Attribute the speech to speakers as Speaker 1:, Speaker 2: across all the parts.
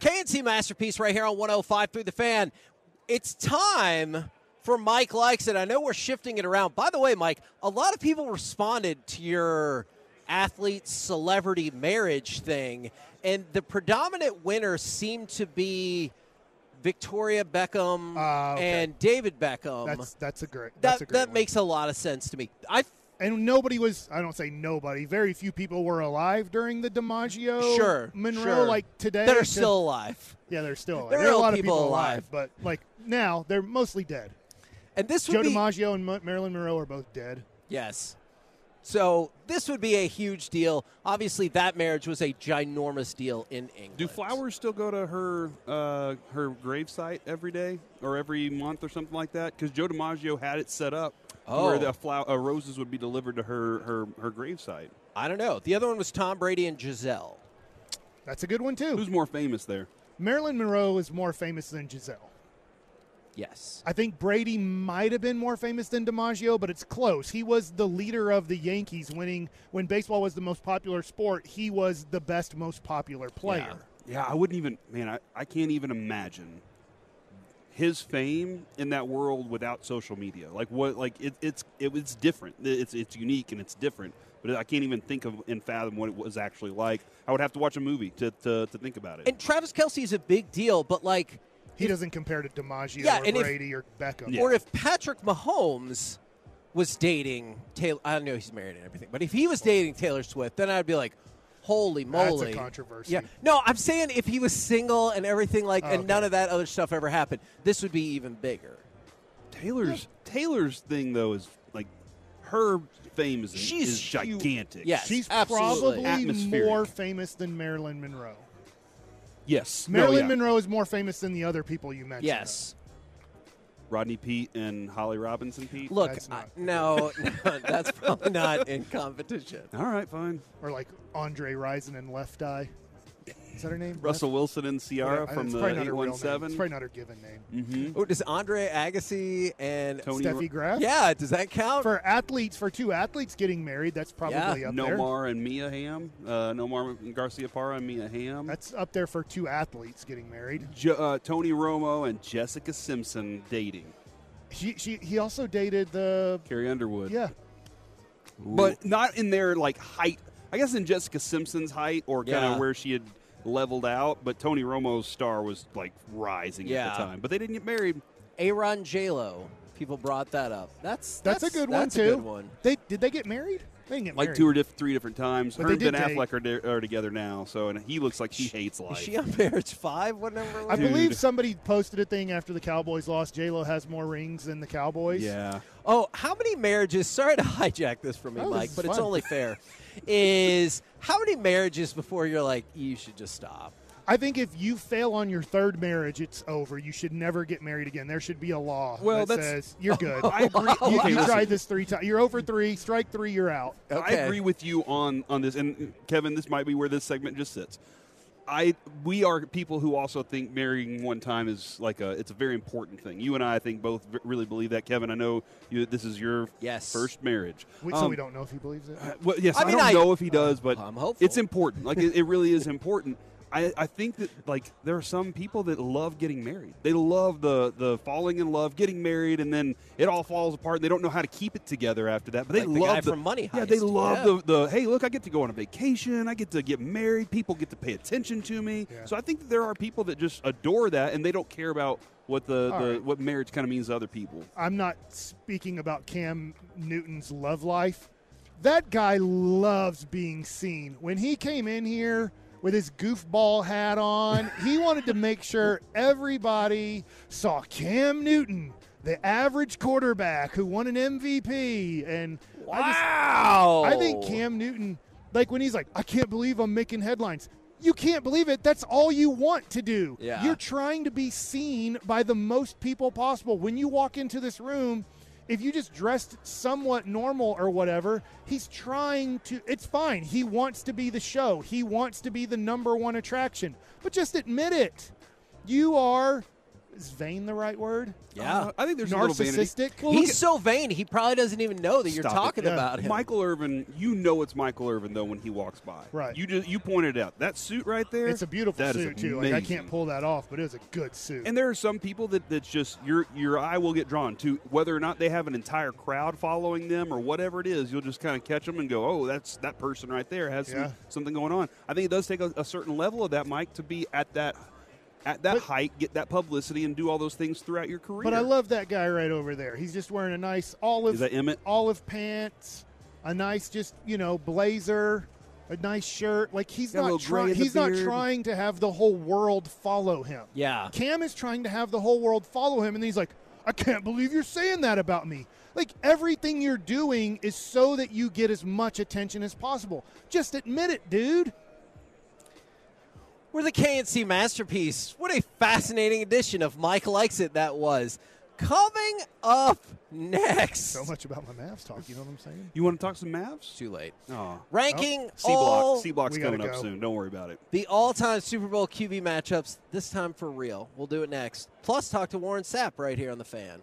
Speaker 1: KNC Masterpiece right here on 105 through the fan. It's time for Mike Likes It. I know we're shifting it around. By the way, Mike, a lot of people responded to your athlete celebrity marriage thing, and the predominant winner seemed to be Victoria Beckham
Speaker 2: Ah, okay.
Speaker 1: and David Beckham.
Speaker 2: That's that's a great. That's
Speaker 1: that
Speaker 2: a great
Speaker 1: that
Speaker 2: one.
Speaker 1: makes a lot of sense to me. I
Speaker 2: And nobody was. I don't say nobody. Very few people were alive during the DiMaggio
Speaker 1: sure
Speaker 2: Monroe
Speaker 1: sure.
Speaker 2: like today.
Speaker 1: that are
Speaker 2: to-
Speaker 1: still alive.
Speaker 2: Yeah, they're still. Alive.
Speaker 1: There are
Speaker 2: a
Speaker 1: old
Speaker 2: lot
Speaker 1: people
Speaker 2: of people alive,
Speaker 1: alive.
Speaker 2: but like now they're mostly dead.
Speaker 1: And this would
Speaker 2: Joe
Speaker 1: be
Speaker 2: DiMaggio and Ma- Marilyn Monroe are both dead.
Speaker 1: Yes. So this would be a huge deal. Obviously, that marriage was a ginormous deal in England.
Speaker 3: Do flowers still go to her uh, her gravesite every day or every month or something like that? Because Joe DiMaggio had it set up
Speaker 1: Oh.
Speaker 3: where the flower uh, roses would be delivered to her her her gravesite.
Speaker 1: I don't know. The other one was Tom Brady and Giselle.
Speaker 2: That's a good one too.
Speaker 3: Who's more famous there?
Speaker 2: Marilyn Monroe is more famous than Giselle.
Speaker 1: Yes.
Speaker 2: I think Brady might have been more famous than DiMaggio, but it's close. He was the leader of the Yankees winning when baseball was the most popular sport. He was the best, most popular player.
Speaker 3: Yeah, I wouldn't even. Man, I, I can't even imagine his fame in that world without social media. Like what? Like it, it's it, it's different. It's it's unique and it's different. But I can't even think of and fathom what it was actually like. I would have to watch a movie to to, to think about it.
Speaker 1: And Travis Kelsey is a big deal, but like,
Speaker 2: He doesn't compare to DiMaggio
Speaker 1: Yeah,
Speaker 2: or
Speaker 1: and if-
Speaker 2: Brady or Beckham.
Speaker 1: or if Patrick Mahomes was dating Taylor, I don't know he's married and everything, but if he was dating Taylor Swift, then I'd be like, holy
Speaker 2: That's a
Speaker 1: moly.
Speaker 2: controversy.
Speaker 1: Yeah. No, I'm saying if he was single and everything like, and none of that other stuff ever happened, this would be even bigger.
Speaker 3: Taylor's Taylor's thing though is like her fame is,
Speaker 1: She's
Speaker 3: is
Speaker 1: huge.
Speaker 3: gigantic.
Speaker 1: Yes.
Speaker 2: She's
Speaker 1: absolutely.
Speaker 2: probably
Speaker 3: Atmospheric.
Speaker 2: more famous than Marilyn Monroe.
Speaker 3: Yes. No,
Speaker 2: Marilyn
Speaker 3: yeah.
Speaker 2: Monroe is more famous than the other people you mentioned.
Speaker 1: Yes.
Speaker 3: Rodney Pete and Holly Robinson Pete.
Speaker 1: Look,
Speaker 2: That's
Speaker 1: I,
Speaker 2: not-
Speaker 1: no, no, that's probably not in competition.
Speaker 3: All right, fine.
Speaker 2: though. Or like Andre Rison and Left Eye. Is that her name?
Speaker 3: Russell Wilson and
Speaker 2: Left?
Speaker 3: Ciara
Speaker 2: Yeah,
Speaker 3: from
Speaker 2: it's
Speaker 3: the
Speaker 2: probably not her real name. It's
Speaker 3: 817.
Speaker 2: probably not her given name.
Speaker 3: Mm-hmm.
Speaker 1: Oh, does Andre Agassi and
Speaker 3: Tony
Speaker 2: Steffi Graf?
Speaker 1: yeah, does that count?
Speaker 2: For athletes, for two athletes getting married, that's probably
Speaker 1: Yeah.
Speaker 2: up there.
Speaker 3: Nomar and Mia Ham. Uh, Nomar Garcia Parra and Mia Ham.
Speaker 2: That's up there for two athletes getting married.
Speaker 3: Jo- uh, Tony Romo and Jessica Simpson dating.
Speaker 2: She, she, he also dated the.
Speaker 3: Carrie Underwood.
Speaker 2: Yeah,
Speaker 3: but not in their like height. I guess in Jessica Simpson's height or kind of
Speaker 1: Yeah.
Speaker 3: where she had leveled out, but Tony Romo's star was like rising at
Speaker 1: Yeah.
Speaker 3: the time. But they didn't get married.
Speaker 1: Aaron Jalo. People brought that up. That's
Speaker 2: that's,
Speaker 1: that's
Speaker 2: a good
Speaker 1: that's
Speaker 2: one
Speaker 1: a
Speaker 2: too.
Speaker 1: good one.
Speaker 2: They did they get married? They didn't get
Speaker 3: Like
Speaker 2: married.
Speaker 3: two or diff- three different times.
Speaker 2: But
Speaker 3: Her
Speaker 2: they
Speaker 3: and
Speaker 2: did
Speaker 3: Ben
Speaker 2: date.
Speaker 3: Affleck are, de- are together now, so and he looks like he hates
Speaker 1: Is
Speaker 3: life.
Speaker 1: she on marriage five? What number?
Speaker 2: I
Speaker 1: was it?
Speaker 2: believe
Speaker 3: Dude.
Speaker 2: somebody posted a thing after the Cowboys lost. J Lo has more rings than the Cowboys.
Speaker 3: yeah,
Speaker 1: Oh, how many marriages? Sorry to hijack this from you,
Speaker 2: Oh, this
Speaker 1: Mike,
Speaker 2: is
Speaker 1: but it's
Speaker 2: fun.
Speaker 1: only fair. is how many marriages before you're like you should just stop?
Speaker 2: I think if you fail on your third marriage, it's over. You should never get married again. There should be a law
Speaker 3: Well,
Speaker 2: that
Speaker 3: that's-
Speaker 2: says you're good.
Speaker 3: I agree.
Speaker 2: you,
Speaker 3: Okay,
Speaker 2: you
Speaker 3: listen.
Speaker 2: tried this three times. You're over three. Strike three. You're out.
Speaker 3: I
Speaker 1: Okay.
Speaker 3: agree with you on on this. And Kevin, this might be where this segment just sits. I we are people who also think marrying one time is like a it's a very important thing. You and I, I think, both v- really believe that. Kevin, I know you. This is your
Speaker 1: Yes.
Speaker 3: first marriage.
Speaker 2: We, so
Speaker 3: Um,
Speaker 2: we don't know if he believes it.
Speaker 3: Well, yes,
Speaker 1: I
Speaker 3: I,
Speaker 1: mean,
Speaker 3: don't
Speaker 1: I-
Speaker 3: know if he does, but
Speaker 1: I'm hopeful.
Speaker 3: it's important. Like it, it really is important. I, I think that like there are some people that love getting married. They love the the falling in love, getting married, and then it all falls apart. and They don't know how to keep it together after that. But they
Speaker 1: Like the
Speaker 3: love
Speaker 1: guy from Money
Speaker 3: Yeah, they
Speaker 1: Heist.
Speaker 3: love
Speaker 1: Yeah.
Speaker 3: the the hey, look, I get to go on a vacation. I get to get married. People get to pay attention to me. So I think that there are people that just adore that, and they don't care about what the,
Speaker 2: All
Speaker 3: the
Speaker 2: right.
Speaker 3: what marriage kind of means to other people.
Speaker 2: I'm not speaking about Cam Newton's love life. That guy loves being seen. When he came in here with his goofball hat on, he wanted to make sure everybody saw Cam Newton, the average quarterback who won an MVP. And I just,
Speaker 1: Wow.
Speaker 2: I think Cam Newton, like when he's like, I can't believe I'm making headlines. You can't believe it. That's all you want to do.
Speaker 1: Yeah.
Speaker 2: You're trying to be seen by the most people possible. When you walk into this room, if you just dressed somewhat normal or whatever, he's trying to. It's fine. He wants to be the show, he wants to be the number one attraction. But just admit it. You are. Is vain the right word?
Speaker 1: Yeah.
Speaker 3: Uh, I think there's a little vanity.
Speaker 2: Narcissistic.
Speaker 1: He's so vain, he probably doesn't even know that you're
Speaker 3: Stop it.
Speaker 1: talking
Speaker 2: Yeah.
Speaker 1: about him.
Speaker 3: Michael Irvin, you know it's Michael Irvin though when he walks by.
Speaker 2: Right.
Speaker 3: You just you pointed it out that suit right there.
Speaker 2: It's a beautiful
Speaker 3: that is
Speaker 2: suit too. Like I
Speaker 3: amazing.
Speaker 2: can't pull that off, but it was a good suit.
Speaker 3: And there are some people that that's just your your eye will get drawn to whether or not they have an entire crowd following them or whatever it is. You'll just kind of catch them and go, "Oh, that's that person right there has some-
Speaker 2: Yeah.
Speaker 3: something going on." I think it does take a, a certain level of that, Mike, to be at that at that height, get that publicity, and do all those things throughout your career.
Speaker 2: But I love that guy right over there. He's just wearing a nice olive
Speaker 3: Is that Emmett?
Speaker 2: olive pants, a nice just you know blazer, a nice shirt. Like he's
Speaker 3: Got a
Speaker 2: not
Speaker 3: little gray
Speaker 2: trying.
Speaker 3: in the
Speaker 2: He's not
Speaker 3: beard.
Speaker 2: trying to have the whole world follow him.
Speaker 1: Yeah.
Speaker 2: Cam is trying to have the whole world follow him, and he's like, I can't believe you're saying that about me. Like everything you're doing is so that you get as much attention as possible. Just admit it, dude.
Speaker 1: We're the KNC masterpiece. What a fascinating edition of Mike Likes It that was. Coming up next.
Speaker 2: So much about my Mavs talk. You know what I'm saying?
Speaker 3: You want to talk some Mavs?
Speaker 1: Too late.
Speaker 3: Oh.
Speaker 1: Ranking
Speaker 3: C
Speaker 1: all
Speaker 3: block, C block's
Speaker 2: We gotta
Speaker 3: coming up
Speaker 2: go.
Speaker 3: soon. Don't worry about it.
Speaker 1: the all-time Super Bowl QB matchups. This time for real. We'll do it next. Plus, talk to Warren Sapp right here on the fan.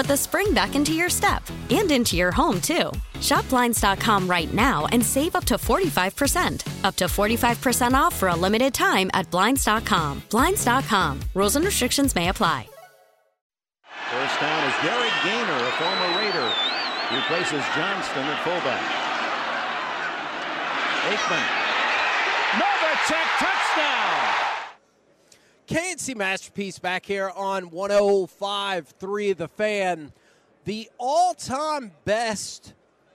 Speaker 4: the spring back into your step and into your home, too. Shop Blinds.com right now and save up to 45%. Up to 45% off for a limited time at Blinds.com. Blinds.com. Rules and restrictions may apply.
Speaker 5: First down is Derek Gainer, a former Raider, replaces Johnston at fullback. Aikman. Novacek touchdown!
Speaker 1: KNC Masterpiece back here on 105.3 The Fan. The all-time best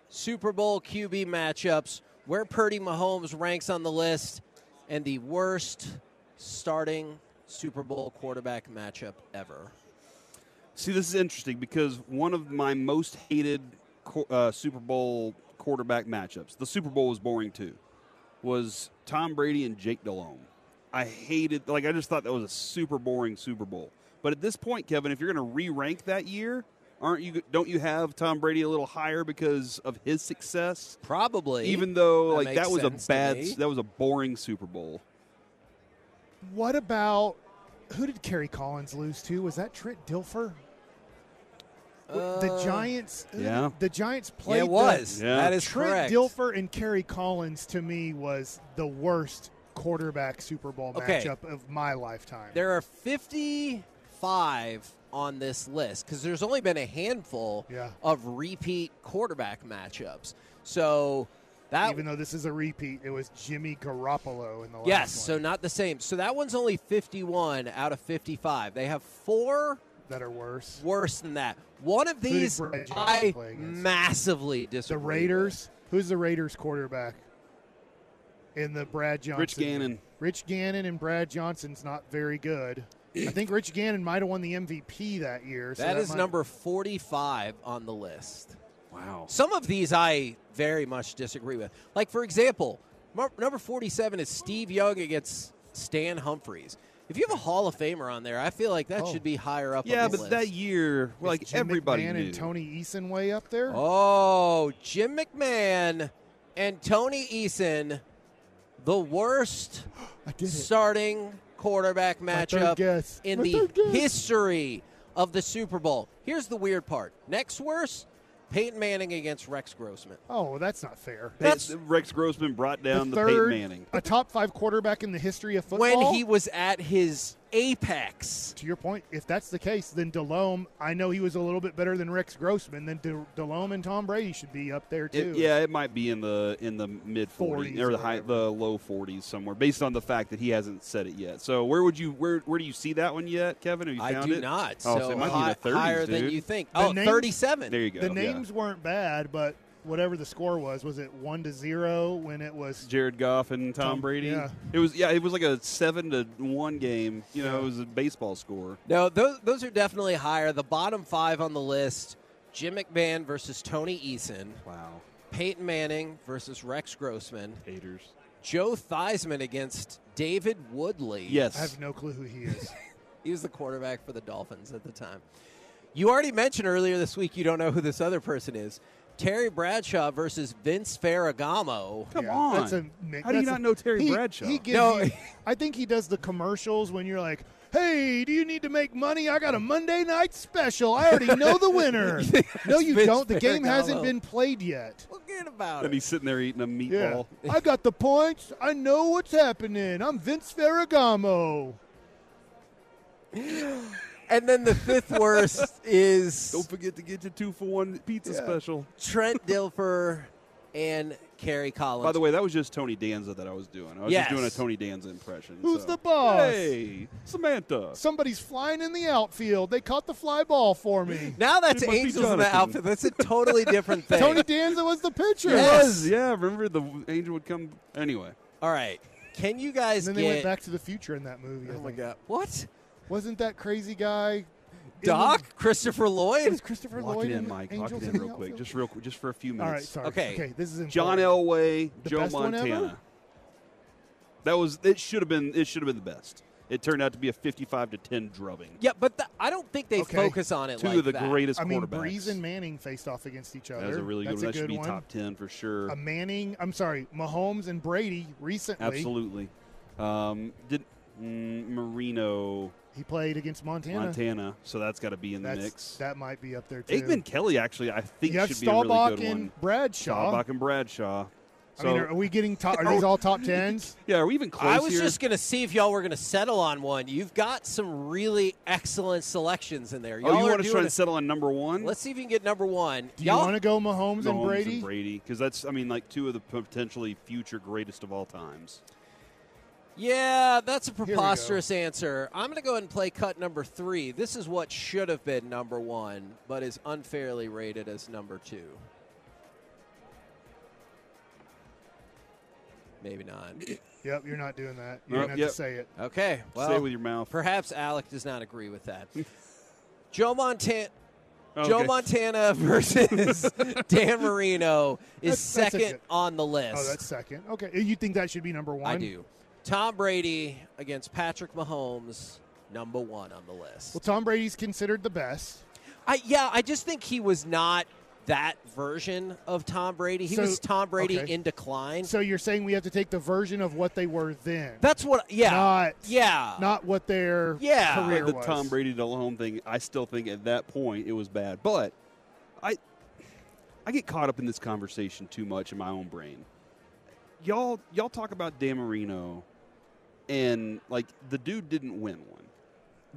Speaker 1: Super Bowl QB matchups, where Purdy Mahomes ranks on the list, and the worst starting Super Bowl quarterback matchup ever.
Speaker 3: See, this is interesting because one of my most hated qu- uh, Super Bowl quarterback matchups, the Super Bowl was boring too, was Tom Brady and Jake Delhomme. I hated like I just thought that was a super boring Super Bowl. But at this point, Kevin, if you're going to re-rank that year, aren't you? Don't you have Tom Brady a little higher because of his success?
Speaker 1: Probably.
Speaker 3: Even though like
Speaker 1: makes
Speaker 3: that was a
Speaker 1: sense to
Speaker 3: bad,
Speaker 1: me.
Speaker 3: that was a boring Super Bowl.
Speaker 2: What about who did Kerry Collins lose to? Was that Trent Dilfer? W- the
Speaker 1: Uh,
Speaker 2: Giants. who did-
Speaker 3: yeah.
Speaker 2: The Giants
Speaker 1: Yeah,
Speaker 2: played.
Speaker 1: it
Speaker 2: the-
Speaker 1: was.
Speaker 3: Yeah.
Speaker 1: That is
Speaker 2: Trent
Speaker 1: correct.
Speaker 2: Dilfer and Kerry Collins to me was the worst quarterback Super Bowl
Speaker 1: Okay.
Speaker 2: matchup of my lifetime.
Speaker 1: There are 55 on this list because there's only been a handful
Speaker 2: Yeah.
Speaker 1: of repeat quarterback matchups. So that
Speaker 2: Even though this is a repeat, it was Jimmy Garoppolo in the last
Speaker 1: yes, so
Speaker 2: one
Speaker 1: not the same. So that one's only 51 out of 55. They have four
Speaker 2: that are worse.
Speaker 1: worse than that. One of
Speaker 2: did
Speaker 1: these
Speaker 2: Brad Johnson
Speaker 1: I
Speaker 2: play against?
Speaker 1: massively disagree.
Speaker 2: The
Speaker 1: with.
Speaker 2: Raiders. Who's the Raiders quarterback? In the Brad Johnson.
Speaker 3: Rich Gannon.
Speaker 2: Rich Gannon and Brad Johnson's not very good. I think Rich Gannon might have won the MVP that year. So
Speaker 1: that is
Speaker 2: might-
Speaker 1: number 45 on the list.
Speaker 3: Wow.
Speaker 1: Some of these I very much disagree with. Like, for example, mar- number 47 is Steve Young against Stan Humphries. If you have a Hall of Famer on there, I feel like that
Speaker 2: Oh.
Speaker 1: should be higher up
Speaker 3: Yeah,
Speaker 1: on the
Speaker 3: but
Speaker 1: list.
Speaker 3: that year,
Speaker 2: Is
Speaker 3: like
Speaker 2: Jim
Speaker 3: everybody
Speaker 2: McMahon
Speaker 3: knew.
Speaker 2: and Tony Eason way up there.
Speaker 1: Oh, Jim McMahon and Tony Eason, the worst
Speaker 2: I did it.
Speaker 1: starting quarterback
Speaker 2: My
Speaker 1: matchup
Speaker 2: third guess.
Speaker 1: in
Speaker 2: My
Speaker 1: the
Speaker 2: third guess.
Speaker 1: history of the Super Bowl. Here's the weird part. Next worst, Peyton Manning against Rex Grossman.
Speaker 2: Oh, well, that's not fair.
Speaker 3: Hey, Rex Grossman brought down the, Peyton
Speaker 2: third,
Speaker 3: Manning.
Speaker 2: a top five quarterback in the history of football.
Speaker 1: when he was at his apex.
Speaker 2: to your point, if that's the case, then Delhomme. I know he was a little bit better than Rex Grossman. Then De- Delhomme and Tom Brady should be up there
Speaker 3: It-
Speaker 2: too.
Speaker 3: yeah, it might be in the in the mid 40s
Speaker 2: 40s
Speaker 3: or
Speaker 2: or
Speaker 3: the high,
Speaker 2: whatever.
Speaker 3: the low 40s somewhere, based on the fact that he hasn't said it yet. So where would you where where do you see that one yet, Kevin? Have you
Speaker 1: I
Speaker 3: found
Speaker 1: do
Speaker 3: it?
Speaker 1: not.
Speaker 3: Oh,
Speaker 1: So,
Speaker 3: so it might
Speaker 1: hi-
Speaker 3: be the 30s,
Speaker 1: higher than
Speaker 3: dude.
Speaker 1: you think.
Speaker 2: The
Speaker 1: oh,
Speaker 2: names-
Speaker 1: 37.
Speaker 3: There you go.
Speaker 2: The
Speaker 3: yeah.
Speaker 2: names weren't bad, but whatever the score was, was it one to zero when it was?
Speaker 3: Jared Goff and Tom,
Speaker 2: Tom-
Speaker 3: Brady.
Speaker 2: yeah.
Speaker 3: It was yeah, it was like a seven to one game. You know, it was a baseball score.
Speaker 1: No, those, those are definitely higher. The bottom five on the list Jim McMahon versus Tony Eason,
Speaker 3: Wow,
Speaker 1: Peyton Manning versus Rex Grossman,
Speaker 3: haters.
Speaker 1: Joe Theismann against David Woodley.
Speaker 2: I
Speaker 3: Yes,
Speaker 2: have no clue who he is.
Speaker 1: He was the quarterback for the Dolphins at the time. You already mentioned earlier this week you don't know who this other person is. Terry Bradshaw versus Vince Ferragamo.
Speaker 3: come
Speaker 2: Yeah,
Speaker 3: on.
Speaker 2: That's a, mi-
Speaker 3: How do you
Speaker 2: that's a-
Speaker 3: not know Terry
Speaker 2: he-
Speaker 3: Bradshaw?
Speaker 2: He gives
Speaker 1: No.
Speaker 2: you- I think he does the commercials when you're like, "Hey, do you need to make money? I got a Monday night special. I already know the winner." no, you
Speaker 1: Vince
Speaker 2: don't. The game hasn't
Speaker 1: Ferrigamo.
Speaker 2: been played yet.
Speaker 1: Forget about
Speaker 3: and
Speaker 1: it.
Speaker 3: he's sitting there eating a
Speaker 2: Yeah,
Speaker 3: meatball.
Speaker 2: I got the points. I know what's happening. I'm Vince Ferragamo.
Speaker 1: And then the fifth worst is
Speaker 3: Don't forget to get your two for one pizza special.
Speaker 1: Trent Dilfer and Kerry Collins.
Speaker 3: By the way, that was just Tony Danza that I was doing. I was
Speaker 1: Yes.
Speaker 3: just doing a Tony Danza impression.
Speaker 2: Who's
Speaker 3: so.
Speaker 2: the boss?
Speaker 3: Hey, Samantha.
Speaker 2: Somebody's flying in the outfield. They caught the fly ball for me.
Speaker 1: now that's
Speaker 3: It must be
Speaker 1: Angels in the
Speaker 3: Jonathan.
Speaker 1: outfit. That's a totally different thing.
Speaker 2: Tony Danza was the pitcher.
Speaker 1: Yes.
Speaker 3: Yeah, remember the angel would come anyway.
Speaker 1: All right. Can you guys
Speaker 2: And then
Speaker 1: get?
Speaker 2: they went back to the future in that movie. I
Speaker 1: oh my
Speaker 2: think.
Speaker 1: god! What?
Speaker 2: Wasn't that crazy guy?
Speaker 1: Doc Christopher
Speaker 2: It was
Speaker 1: Lloyd.
Speaker 2: Christopher
Speaker 3: Lock
Speaker 2: Lloyd
Speaker 3: it in,
Speaker 2: the
Speaker 3: Mike. Lock it
Speaker 2: Angels
Speaker 3: in
Speaker 2: the
Speaker 3: real quick,
Speaker 2: outfield?
Speaker 3: just real, quick, just for a few minutes.
Speaker 2: All right, sorry.
Speaker 1: Okay.
Speaker 2: okay this is important.
Speaker 3: John Elway,
Speaker 2: The
Speaker 3: Joe
Speaker 2: best one ever?
Speaker 3: Montana. That was it. Should have been it. Should have been the best. It turned out to be a fifty-five to ten drubbing.
Speaker 1: Yeah, but the, I don't think they
Speaker 2: Okay.
Speaker 1: focus on it.
Speaker 3: Two
Speaker 1: like
Speaker 3: of the
Speaker 1: that.
Speaker 3: greatest
Speaker 2: I mean,
Speaker 3: quarterbacks.
Speaker 2: Breeze and Manning faced off against each other.
Speaker 3: that was a really
Speaker 2: That's
Speaker 3: good one.
Speaker 2: A
Speaker 3: that should
Speaker 2: good
Speaker 3: be
Speaker 2: one.
Speaker 3: top ten for sure.
Speaker 2: A Manning. I'm sorry, Mahomes and Brady recently.
Speaker 3: Absolutely. Um, did mm, Marino
Speaker 2: He played against Montana.
Speaker 3: Montana? So that's got to be in the
Speaker 2: That's,
Speaker 3: mix.
Speaker 2: That might be up there too.
Speaker 3: Aikman Kelly actually, I think
Speaker 2: you have
Speaker 3: should be
Speaker 2: Staubach
Speaker 3: a really good
Speaker 2: and
Speaker 3: one.
Speaker 2: Bradshaw.
Speaker 3: Staubach and Bradshaw. So
Speaker 2: I mean, are we getting top? Are these all top tens?
Speaker 3: yeah, are we even close
Speaker 1: I was
Speaker 3: here?
Speaker 1: just gonna see if y'all were gonna settle on one. You've got some really excellent selections in there. Y'all
Speaker 3: oh, you
Speaker 1: are
Speaker 3: want to
Speaker 1: doing
Speaker 3: try
Speaker 1: a-
Speaker 3: and settle on number one?
Speaker 1: Let's see if you can get number one.
Speaker 2: Do you
Speaker 1: Y'all-
Speaker 2: want to go Mahomes,
Speaker 3: Mahomes
Speaker 2: and Brady?
Speaker 3: and Brady, because that's I mean like two of the potentially future greatest of all times.
Speaker 1: Yeah, that's a
Speaker 2: we go.
Speaker 1: preposterous answer. I'm going to go ahead and play cut number three. This is what should have been number one, but is unfairly rated as number two. Maybe not.
Speaker 2: Yep, you're not doing that. You're
Speaker 3: Nope,
Speaker 2: gonna have
Speaker 3: yep.
Speaker 2: to say it.
Speaker 1: Okay. Well,
Speaker 3: Stay with your mouth.
Speaker 1: perhaps Alec does not agree with that. Joe Montana.
Speaker 2: Oh,
Speaker 1: Joe
Speaker 3: Okay.
Speaker 1: Montana versus Dan Marino is
Speaker 2: That's- that's a
Speaker 1: second
Speaker 2: good-
Speaker 1: on the list.
Speaker 2: Oh, that's second. Okay, you think that should be number one?
Speaker 1: I do. Tom Brady against Patrick Mahomes, number one on the list.
Speaker 2: Well, Tom Brady's considered the best.
Speaker 1: I, yeah, I just think he was not that version of Tom Brady. He
Speaker 2: So-
Speaker 1: was Tom Brady
Speaker 2: okay.
Speaker 1: in decline.
Speaker 2: So you're saying we have to take the version of what they were then,
Speaker 1: that's what. Yeah.
Speaker 2: Not-
Speaker 1: yeah.
Speaker 2: not what their
Speaker 1: Yeah.
Speaker 2: career
Speaker 3: Uh, the
Speaker 2: was.
Speaker 3: Tom Brady to home thing, I still think at that point it was bad. But I I get caught up in this conversation too much in my own brain. Y'all y'all talk about Dan Marino and like the dude didn't win one.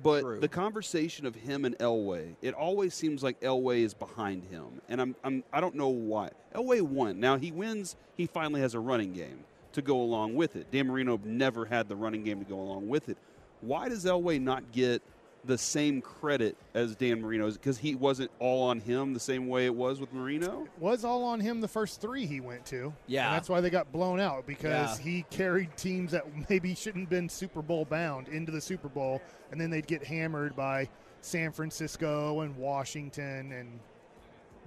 Speaker 3: But
Speaker 1: True.
Speaker 3: the conversation of him and Elway, it always seems like Elway is behind him, and I'm, I'm I don't know why. Elway won. Now he wins. He finally has a running game to go along with it. Dan Marino never had the running game to go along with it. Why does Elway not get the same credit as Dan Marino? Because he wasn't all on him the same way it was with Marino.
Speaker 2: was all on him the first three he went to.
Speaker 1: Yeah.
Speaker 2: And that's why they got blown out because
Speaker 1: Yeah.
Speaker 2: he carried teams that maybe shouldn't have been Super Bowl bound into the Super Bowl, and then they'd get hammered by San Francisco and Washington and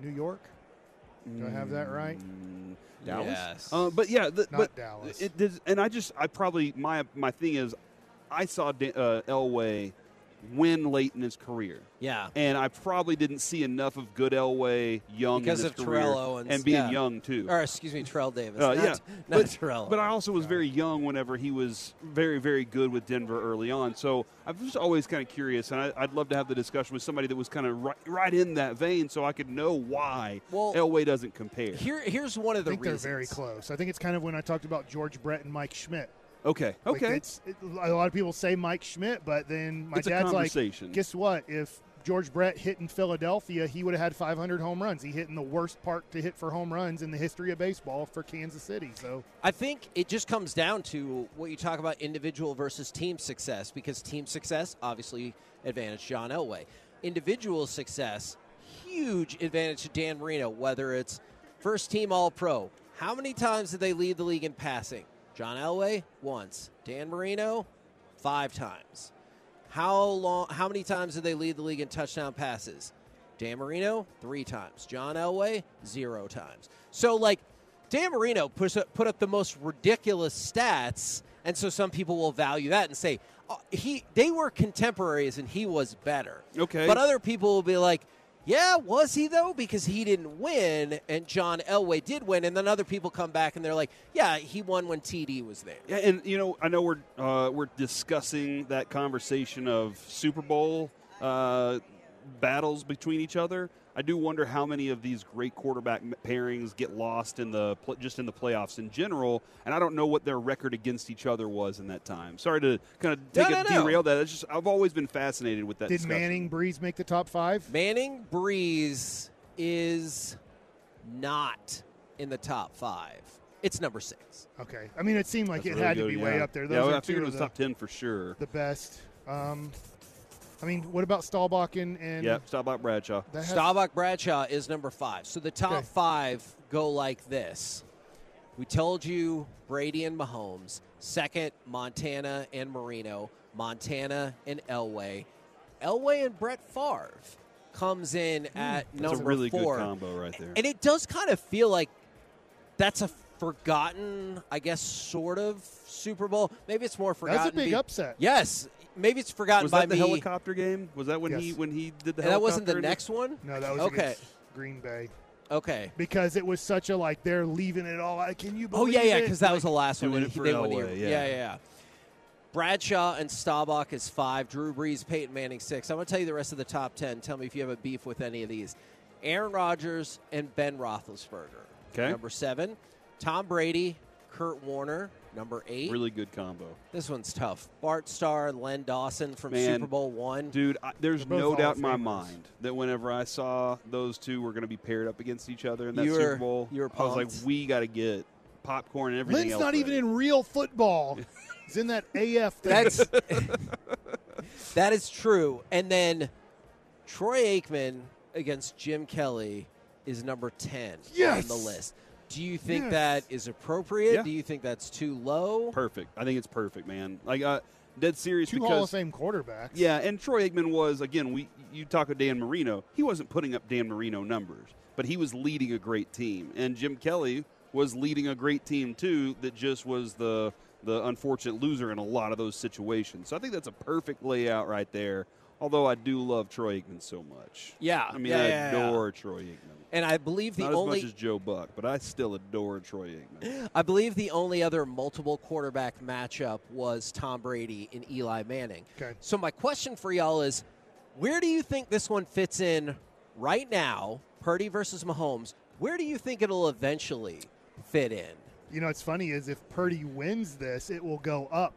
Speaker 2: New York. Do I have that right?
Speaker 3: Mm. Dallas.
Speaker 1: Yes.
Speaker 3: Uh, but yeah, the,
Speaker 2: Not
Speaker 3: but
Speaker 2: Dallas.
Speaker 3: It, does- and I just, I probably my my thing is, I saw Da- uh, Elway win late in his career,
Speaker 1: yeah.
Speaker 3: and I probably didn't see enough of good Elway young in
Speaker 1: Because
Speaker 3: his
Speaker 1: of
Speaker 3: career
Speaker 1: Terrell Owens,
Speaker 3: and being
Speaker 1: yeah.
Speaker 3: young too.
Speaker 1: Or excuse me, Terrell Davis.
Speaker 3: Uh,
Speaker 1: not,
Speaker 3: yeah,
Speaker 1: not
Speaker 3: but,
Speaker 1: Terrell.
Speaker 3: but I also was very young whenever he was very, very good with Denver early on. So I'm just always kind of curious, and I, I'd love to have the discussion with somebody that was kind of right, right in that vein, so I could know why
Speaker 1: Well,
Speaker 3: Elway doesn't compare.
Speaker 1: Here, here's one of
Speaker 2: I
Speaker 1: the
Speaker 2: think
Speaker 1: reasons.
Speaker 2: they're very close. I think it's kind of when I talked about George Brett and Mike Schmidt.
Speaker 3: okay,
Speaker 2: Like,
Speaker 3: okay,
Speaker 2: it's, it, a lot of people say Mike Schmidt, but then my
Speaker 3: It's a
Speaker 2: dad's
Speaker 3: conversation.
Speaker 2: like, guess what? If George Brett hit in Philadelphia, he would have had 500 home runs. He hit in the worst park to hit for home runs in the history of baseball for Kansas City. So
Speaker 1: I think it just comes down to what you talk about individual versus team success because team success obviously advantage John Elway. Individual success, huge advantage to Dan Marino, whether it's first team all pro. How many times did they lead the league in passing? John Elway, once. Dan Marino, five times. How long how many times did they lead the league in touchdown passes? Dan Marino, three times. John Elway, zero times. So like Dan Marino push up, put up the most ridiculous stats, and so some people will value that and say oh, he they were contemporaries and he was better.
Speaker 3: Okay.
Speaker 1: but other people will be like, yeah, was he though? Because he didn't win, and John Elway did win, and then other people come back and they're like, yeah, he won when TD was there.
Speaker 3: Yeah, and you know, I know we're uh, we're discussing that conversation of Super Bowl uh, battles between each other. I do wonder how many of these great quarterback m- pairings get lost in the pl- just in the playoffs in general, and I don't know what their record against each other was in that time. Sorry to kind of
Speaker 1: No,
Speaker 3: take
Speaker 1: no,
Speaker 3: a
Speaker 1: no.
Speaker 3: derail that. It's just I've always been fascinated with that.
Speaker 2: did
Speaker 3: discussion.
Speaker 2: Manning Breeze make the top five?
Speaker 1: Manning Breeze is not in the top five. It's number six.
Speaker 2: Okay. I mean, it seemed like
Speaker 3: That's
Speaker 2: it
Speaker 3: really
Speaker 2: had to
Speaker 3: good,
Speaker 2: be way
Speaker 3: yeah.
Speaker 2: up there.
Speaker 3: yeah,
Speaker 2: Those
Speaker 3: well,
Speaker 2: are
Speaker 3: I
Speaker 2: two
Speaker 3: figured it
Speaker 2: of
Speaker 3: was
Speaker 2: the,
Speaker 3: top ten for sure.
Speaker 2: the best. Um, I mean, what about Staubach and, and
Speaker 3: Yeah, stop by Bradshaw.
Speaker 2: that has-
Speaker 1: Staubach Bradshaw is number five. So the top
Speaker 2: Okay.
Speaker 1: five go like this. We told you Brady and Mahomes. Second, Montana and Marino. Montana and Elway. Elway and Brett Favre comes in
Speaker 2: Hmm,
Speaker 1: at
Speaker 3: That's a
Speaker 1: number
Speaker 3: really
Speaker 1: four.
Speaker 3: good combo right there.
Speaker 1: And it does kind of feel like that's a forgotten, I guess, sort of Super Bowl. Maybe it's more forgotten.
Speaker 2: That's a big
Speaker 1: be-
Speaker 2: upset.
Speaker 1: Yes, maybe it's forgotten
Speaker 3: was
Speaker 1: by
Speaker 3: that the
Speaker 1: me.
Speaker 3: helicopter game? Was that when he
Speaker 2: Yes.
Speaker 3: when he did the?
Speaker 1: And that wasn't the
Speaker 3: helicopter?
Speaker 1: next one.
Speaker 2: No, that was
Speaker 1: okay.
Speaker 2: against Green Bay
Speaker 1: Okay.
Speaker 2: because it was such a like they're leaving it all. Like, Can you
Speaker 1: Oh
Speaker 2: believe
Speaker 1: yeah, yeah,
Speaker 2: it?
Speaker 1: because that was the last
Speaker 3: doing
Speaker 1: one.
Speaker 3: it
Speaker 1: he-
Speaker 3: for
Speaker 1: they won
Speaker 3: Elway,
Speaker 1: the-
Speaker 3: yeah.
Speaker 1: yeah, yeah. Bradshaw and Staubach is five. Drew Brees, Peyton Manning six. I'm going to tell you the rest of the top ten. Tell me if you have a beef with any of these. Aaron Rodgers and Ben Roethlisberger.
Speaker 3: 'Kay.
Speaker 1: Number seven. Tom Brady, Kurt Warner. Number eight.
Speaker 3: Really good combo.
Speaker 1: This one's tough. Bart Starr and Len Dawson from
Speaker 3: Man.
Speaker 1: Super Bowl One.
Speaker 3: Dude, I, there's
Speaker 2: They're both
Speaker 3: no
Speaker 2: Hall
Speaker 3: doubt
Speaker 2: of
Speaker 3: in my
Speaker 2: Famers.
Speaker 3: mind that whenever I saw those two were going to be paired up against each other in that
Speaker 1: You were-
Speaker 3: Super Bowl,
Speaker 1: you were
Speaker 3: I was like,
Speaker 1: pumped.
Speaker 3: we got to get popcorn and everything
Speaker 2: Lynn's
Speaker 3: else.
Speaker 2: not even
Speaker 3: ready.
Speaker 2: in real football. He's in that AF thing.
Speaker 1: That's that is true. And then Troy Aikman against Jim Kelly is number ten
Speaker 2: Yes!
Speaker 1: on the list. Do you think
Speaker 2: Yes.
Speaker 1: that is appropriate?
Speaker 3: Yeah.
Speaker 1: Do you think that's too low?
Speaker 3: Perfect. I think it's perfect, man. Like uh, dead serious
Speaker 2: Two Hall of
Speaker 3: because
Speaker 2: Fame quarterbacks.
Speaker 3: yeah, and Troy Aikman was again. We you talk of Dan Marino, he wasn't putting up Dan Marino numbers, but he was leading a great team, and Jim Kelly was leading a great team too. That just was the the unfortunate loser in a lot of those situations. So I think that's a perfect layout right there. Although I do love Troy Aikman so much.
Speaker 1: Yeah,
Speaker 3: I mean
Speaker 1: yeah,
Speaker 3: I
Speaker 1: yeah, yeah.
Speaker 3: adore Troy Aikman.
Speaker 1: And I believe the
Speaker 3: Not
Speaker 1: only
Speaker 3: as much as Joe Buck, but I still adore Troy Aikman.
Speaker 1: I believe the only other multiple quarterback matchup was Tom Brady and Eli Manning.
Speaker 2: Okay.
Speaker 1: So my question for y'all is where do you think this one fits in right now, Purdy versus Mahomes? Where do you think it'll eventually fit in?
Speaker 2: You know, what's funny is if Purdy wins this, it will go up.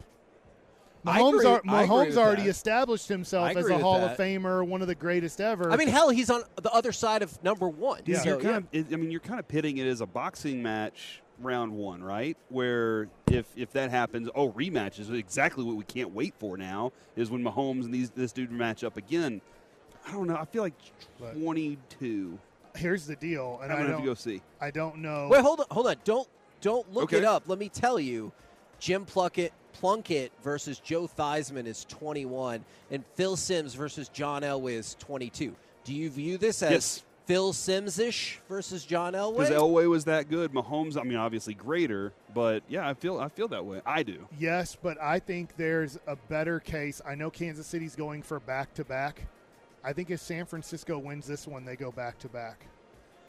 Speaker 1: I
Speaker 2: Mahomes,
Speaker 1: agree-
Speaker 2: ar-
Speaker 1: I agree
Speaker 2: Mahomes
Speaker 1: with
Speaker 2: already
Speaker 1: that.
Speaker 2: established
Speaker 1: I
Speaker 2: himself as
Speaker 1: agree
Speaker 2: a
Speaker 1: with
Speaker 2: Hall
Speaker 1: that.
Speaker 2: of Famer, one of the greatest ever.
Speaker 1: I mean, hell, he's on the other side of number one.
Speaker 2: Yeah.
Speaker 1: So,
Speaker 3: You're kind of, I mean, you're kind of pitting it as a boxing match round one, right? Where if if that happens, oh, rematches exactly what we can't wait for now is when Mahomes and these this dude match up again. I don't know. I feel like
Speaker 2: But-
Speaker 3: 22.
Speaker 2: here's the deal, and
Speaker 3: I'm
Speaker 2: I
Speaker 3: gonna have to go
Speaker 2: don't,
Speaker 3: see.
Speaker 2: I don't know.
Speaker 1: Wait, hold on, hold on. Don't don't look
Speaker 3: Okay.
Speaker 1: it up. Let me tell you, Jim Plunkett Plunkett versus Joe Theismann is 21, and Phil Sims versus John Elway is 22. Do you view this as
Speaker 3: Yes.
Speaker 1: Phil Sims ish versus John Elway?
Speaker 3: Because Elway was that good. Mahomes, I mean, obviously greater, but yeah, I feel I feel that way. I do.
Speaker 2: Yes, but I think there's a better case. I know Kansas City's going for back to back. I think if San Francisco wins this one, they go back to back.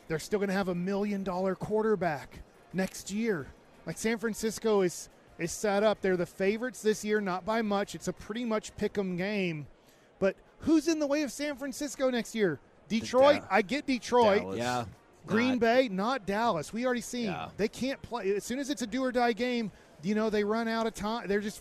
Speaker 2: They're still going to have a million dollar quarterback next year. Like San Francisco is is set up. They're the favorites this year, not by much. It's a pretty much pick 'em game. But who's in the way of San Francisco next year? Detroit.
Speaker 3: Da-
Speaker 2: I get Detroit.
Speaker 3: Dallas.
Speaker 1: yeah.
Speaker 2: Green
Speaker 1: Not-
Speaker 2: Bay, not Dallas. We already seen
Speaker 1: Yeah.
Speaker 2: they can't play. As soon as it's a do or die game, you know they run out of time. They're just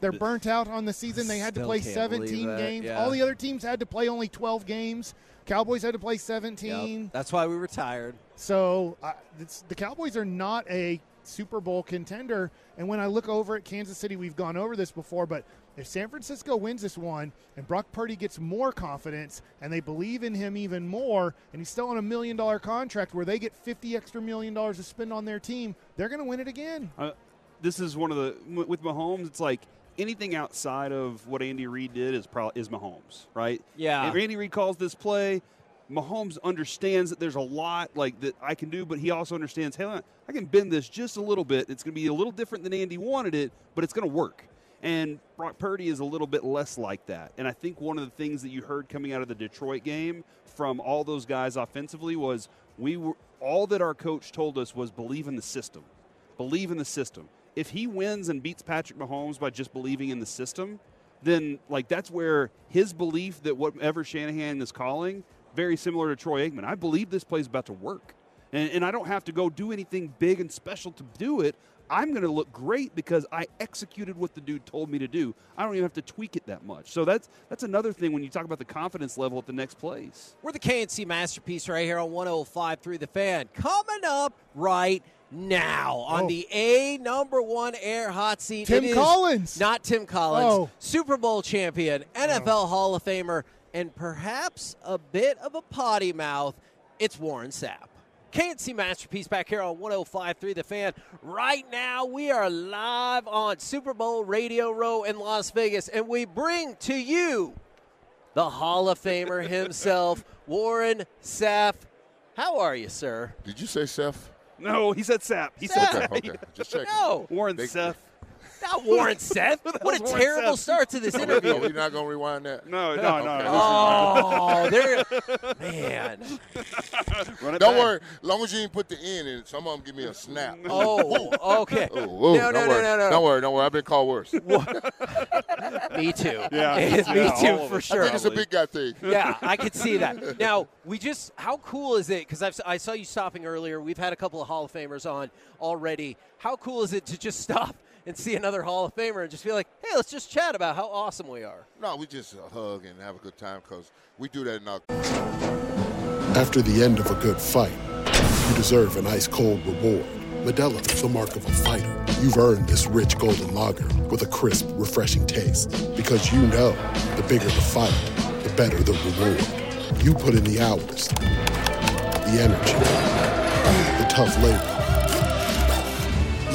Speaker 2: They're burnt out on the season. They had to
Speaker 1: Still
Speaker 2: play
Speaker 1: can't
Speaker 2: 17
Speaker 1: believe that,
Speaker 2: games.
Speaker 1: yeah.
Speaker 2: All the other teams had to play only 12 games. Cowboys had to play 17.
Speaker 1: Yep. That's why we retired.
Speaker 2: So I, it's, the Cowboys are not a Super Bowl contender. And when I look over at Kansas City, we've gone over this before, but if San Francisco wins this one and Brock Purdy gets more confidence and they believe in him even more, and he's still on a million dollar contract where they get 50 extra million dollars to spend on their team, they're going to win it again.
Speaker 3: Uh, this is one of the w- with Mahomes. It's like anything outside of what Andy Reid did is pro- is Mahomes, right?
Speaker 1: Yeah.
Speaker 3: If Andy Reid calls this play, Mahomes understands that there's a lot like that I can do, but he also understands, hey, look, I can bend this just a little bit. It's going to be a little different than Andy wanted it, but it's going to work. And Brock Purdy is a little bit less like that. And I think one of the things that you heard coming out of the Detroit game from all those guys offensively was we were all that our coach told us was believe in the system believe in the system. If he wins and beats Patrick Mahomes by just believing in the system, then like that's where his belief that whatever Shanahan is calling, very similar to Troy Aikman, I believe this play is about to work, and, and I don't have to go do anything big and special to do it. I'm going to look great because I executed what the dude told me to do. I don't even have to tweak it that much. So that's that's another thing when you talk about the confidence level at the next place.
Speaker 1: We're the KNC masterpiece right here on 105 through the fan. Coming up right now on
Speaker 2: Oh.
Speaker 1: the A number one air hot seat.
Speaker 2: Tim
Speaker 1: it is
Speaker 2: Collins.
Speaker 1: Not Tim Collins.
Speaker 2: Oh.
Speaker 1: Super Bowl champion,
Speaker 3: Oh.
Speaker 1: NFL Hall of Famer, and perhaps a bit of a potty mouth. It's Warren Sapp. KNC Masterpiece back here on 105.3 The Fan. Right now, we are live on Super Bowl Radio Row in Las Vegas, and we bring to you the Hall of Famer himself, Warren Sapp. How are you, sir?
Speaker 6: Did you say Seth?
Speaker 3: No, he said sap. He
Speaker 6: Okay,
Speaker 3: said sap.
Speaker 6: okay. Just checking.
Speaker 1: No,
Speaker 3: Warren
Speaker 6: They-
Speaker 3: Seth.
Speaker 1: not Warren Seth.
Speaker 3: Who the
Speaker 1: What a
Speaker 3: hell's Warren
Speaker 1: terrible
Speaker 3: Sapp?
Speaker 1: start to this interview.
Speaker 6: Are we not going to rewind that?
Speaker 3: No, no, no. no.
Speaker 6: Okay.
Speaker 1: Oh, there, man.
Speaker 3: Run it
Speaker 6: Don't
Speaker 3: back.
Speaker 6: worry. long as you ain't put the end in, some of them give me a snap.
Speaker 1: Oh, okay.
Speaker 6: Ooh, ooh,
Speaker 1: no, no, no,
Speaker 6: don't worry.
Speaker 1: no, no.
Speaker 6: Don't worry. Don't worry. I've been called worse.
Speaker 1: Me too.
Speaker 3: Yeah.
Speaker 1: me
Speaker 3: Yeah, all
Speaker 1: too
Speaker 3: of
Speaker 1: for
Speaker 3: us.
Speaker 6: I
Speaker 1: sure.
Speaker 6: think it's a big guy thing.
Speaker 1: yeah, I could see that. Now we just how cool is it? Because I saw you stopping earlier. We've had a couple of Hall of Famers on already. How cool is it to just stop and see another Hall of Famer and just be like, hey, let's just chat about how awesome we are.
Speaker 6: No, we just hug and have a good time because we do that in our
Speaker 7: After the end of a good fight, you deserve an ice cold reward. Medella is the mark of a fighter. You've earned this rich golden lager with a crisp, refreshing taste. Because you know the bigger the fight, the better the reward. You put in the hours, the energy, the tough labor.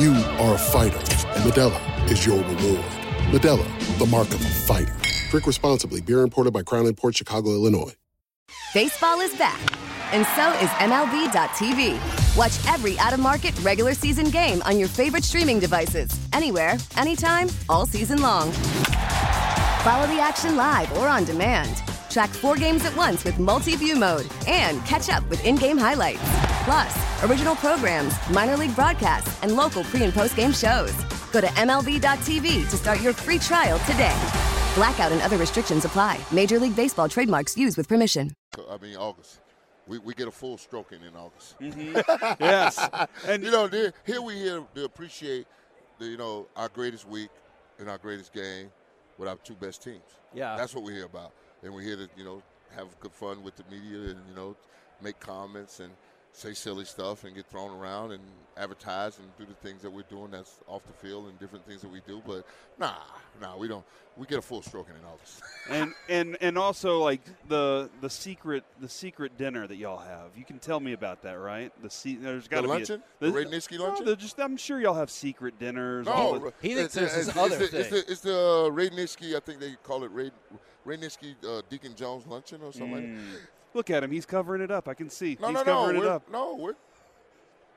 Speaker 7: You are a fighter, and Medela is your reward. Medela, the mark of a fighter. Drink responsibly. Beer imported by Crown Port Chicago, Illinois.
Speaker 8: Baseball is back, and so is MLB.tv. Watch every out of market regular season game on your favorite streaming devices, anywhere, anytime, all season long. Follow the action live or on demand. Track four games at once with multi-view mode and catch up with in-game highlights. Plus, original programs, minor league broadcasts, and local pre- and post-game shows. Go to MLB.tv to start your free trial today. Blackout and other restrictions apply. Major League Baseball trademarks used with permission.
Speaker 6: I mean, August. We, we get a full stroking in August.
Speaker 3: Mm-hmm. yes.
Speaker 6: And you know, here we here to appreciate, the, you know, our greatest week and our greatest game with our two best teams.
Speaker 1: Yeah.
Speaker 6: That's what we're here about. And we're here to, you know, have good fun with the media and, you know, make comments and say silly stuff and get thrown around and advertise and do the things that we're doing that's off the field and different things that we do. But nah, nah, we don't. We get a full stroking in August.
Speaker 3: and and and also like the the secret the secret dinner that y'all have. You can tell me about that, right? The se- there's got to
Speaker 6: the
Speaker 3: be
Speaker 6: luncheon.
Speaker 3: A, the,
Speaker 6: the Radnitsky luncheon.
Speaker 3: No, just I'm sure y'all have secret dinners.
Speaker 6: No,
Speaker 3: the,
Speaker 1: he thinks there's this other thing.
Speaker 6: it's The, it's the, it's the uh, Radnitsky. I think they call it Ray, Radnitsky uh, Deacon Jones luncheon or something. like
Speaker 3: Mm. Look at him. He's covering it up. I can see.
Speaker 6: No,
Speaker 3: he's
Speaker 6: no,
Speaker 3: covering
Speaker 6: no.
Speaker 3: it
Speaker 6: we're-
Speaker 3: up.
Speaker 6: No, we're.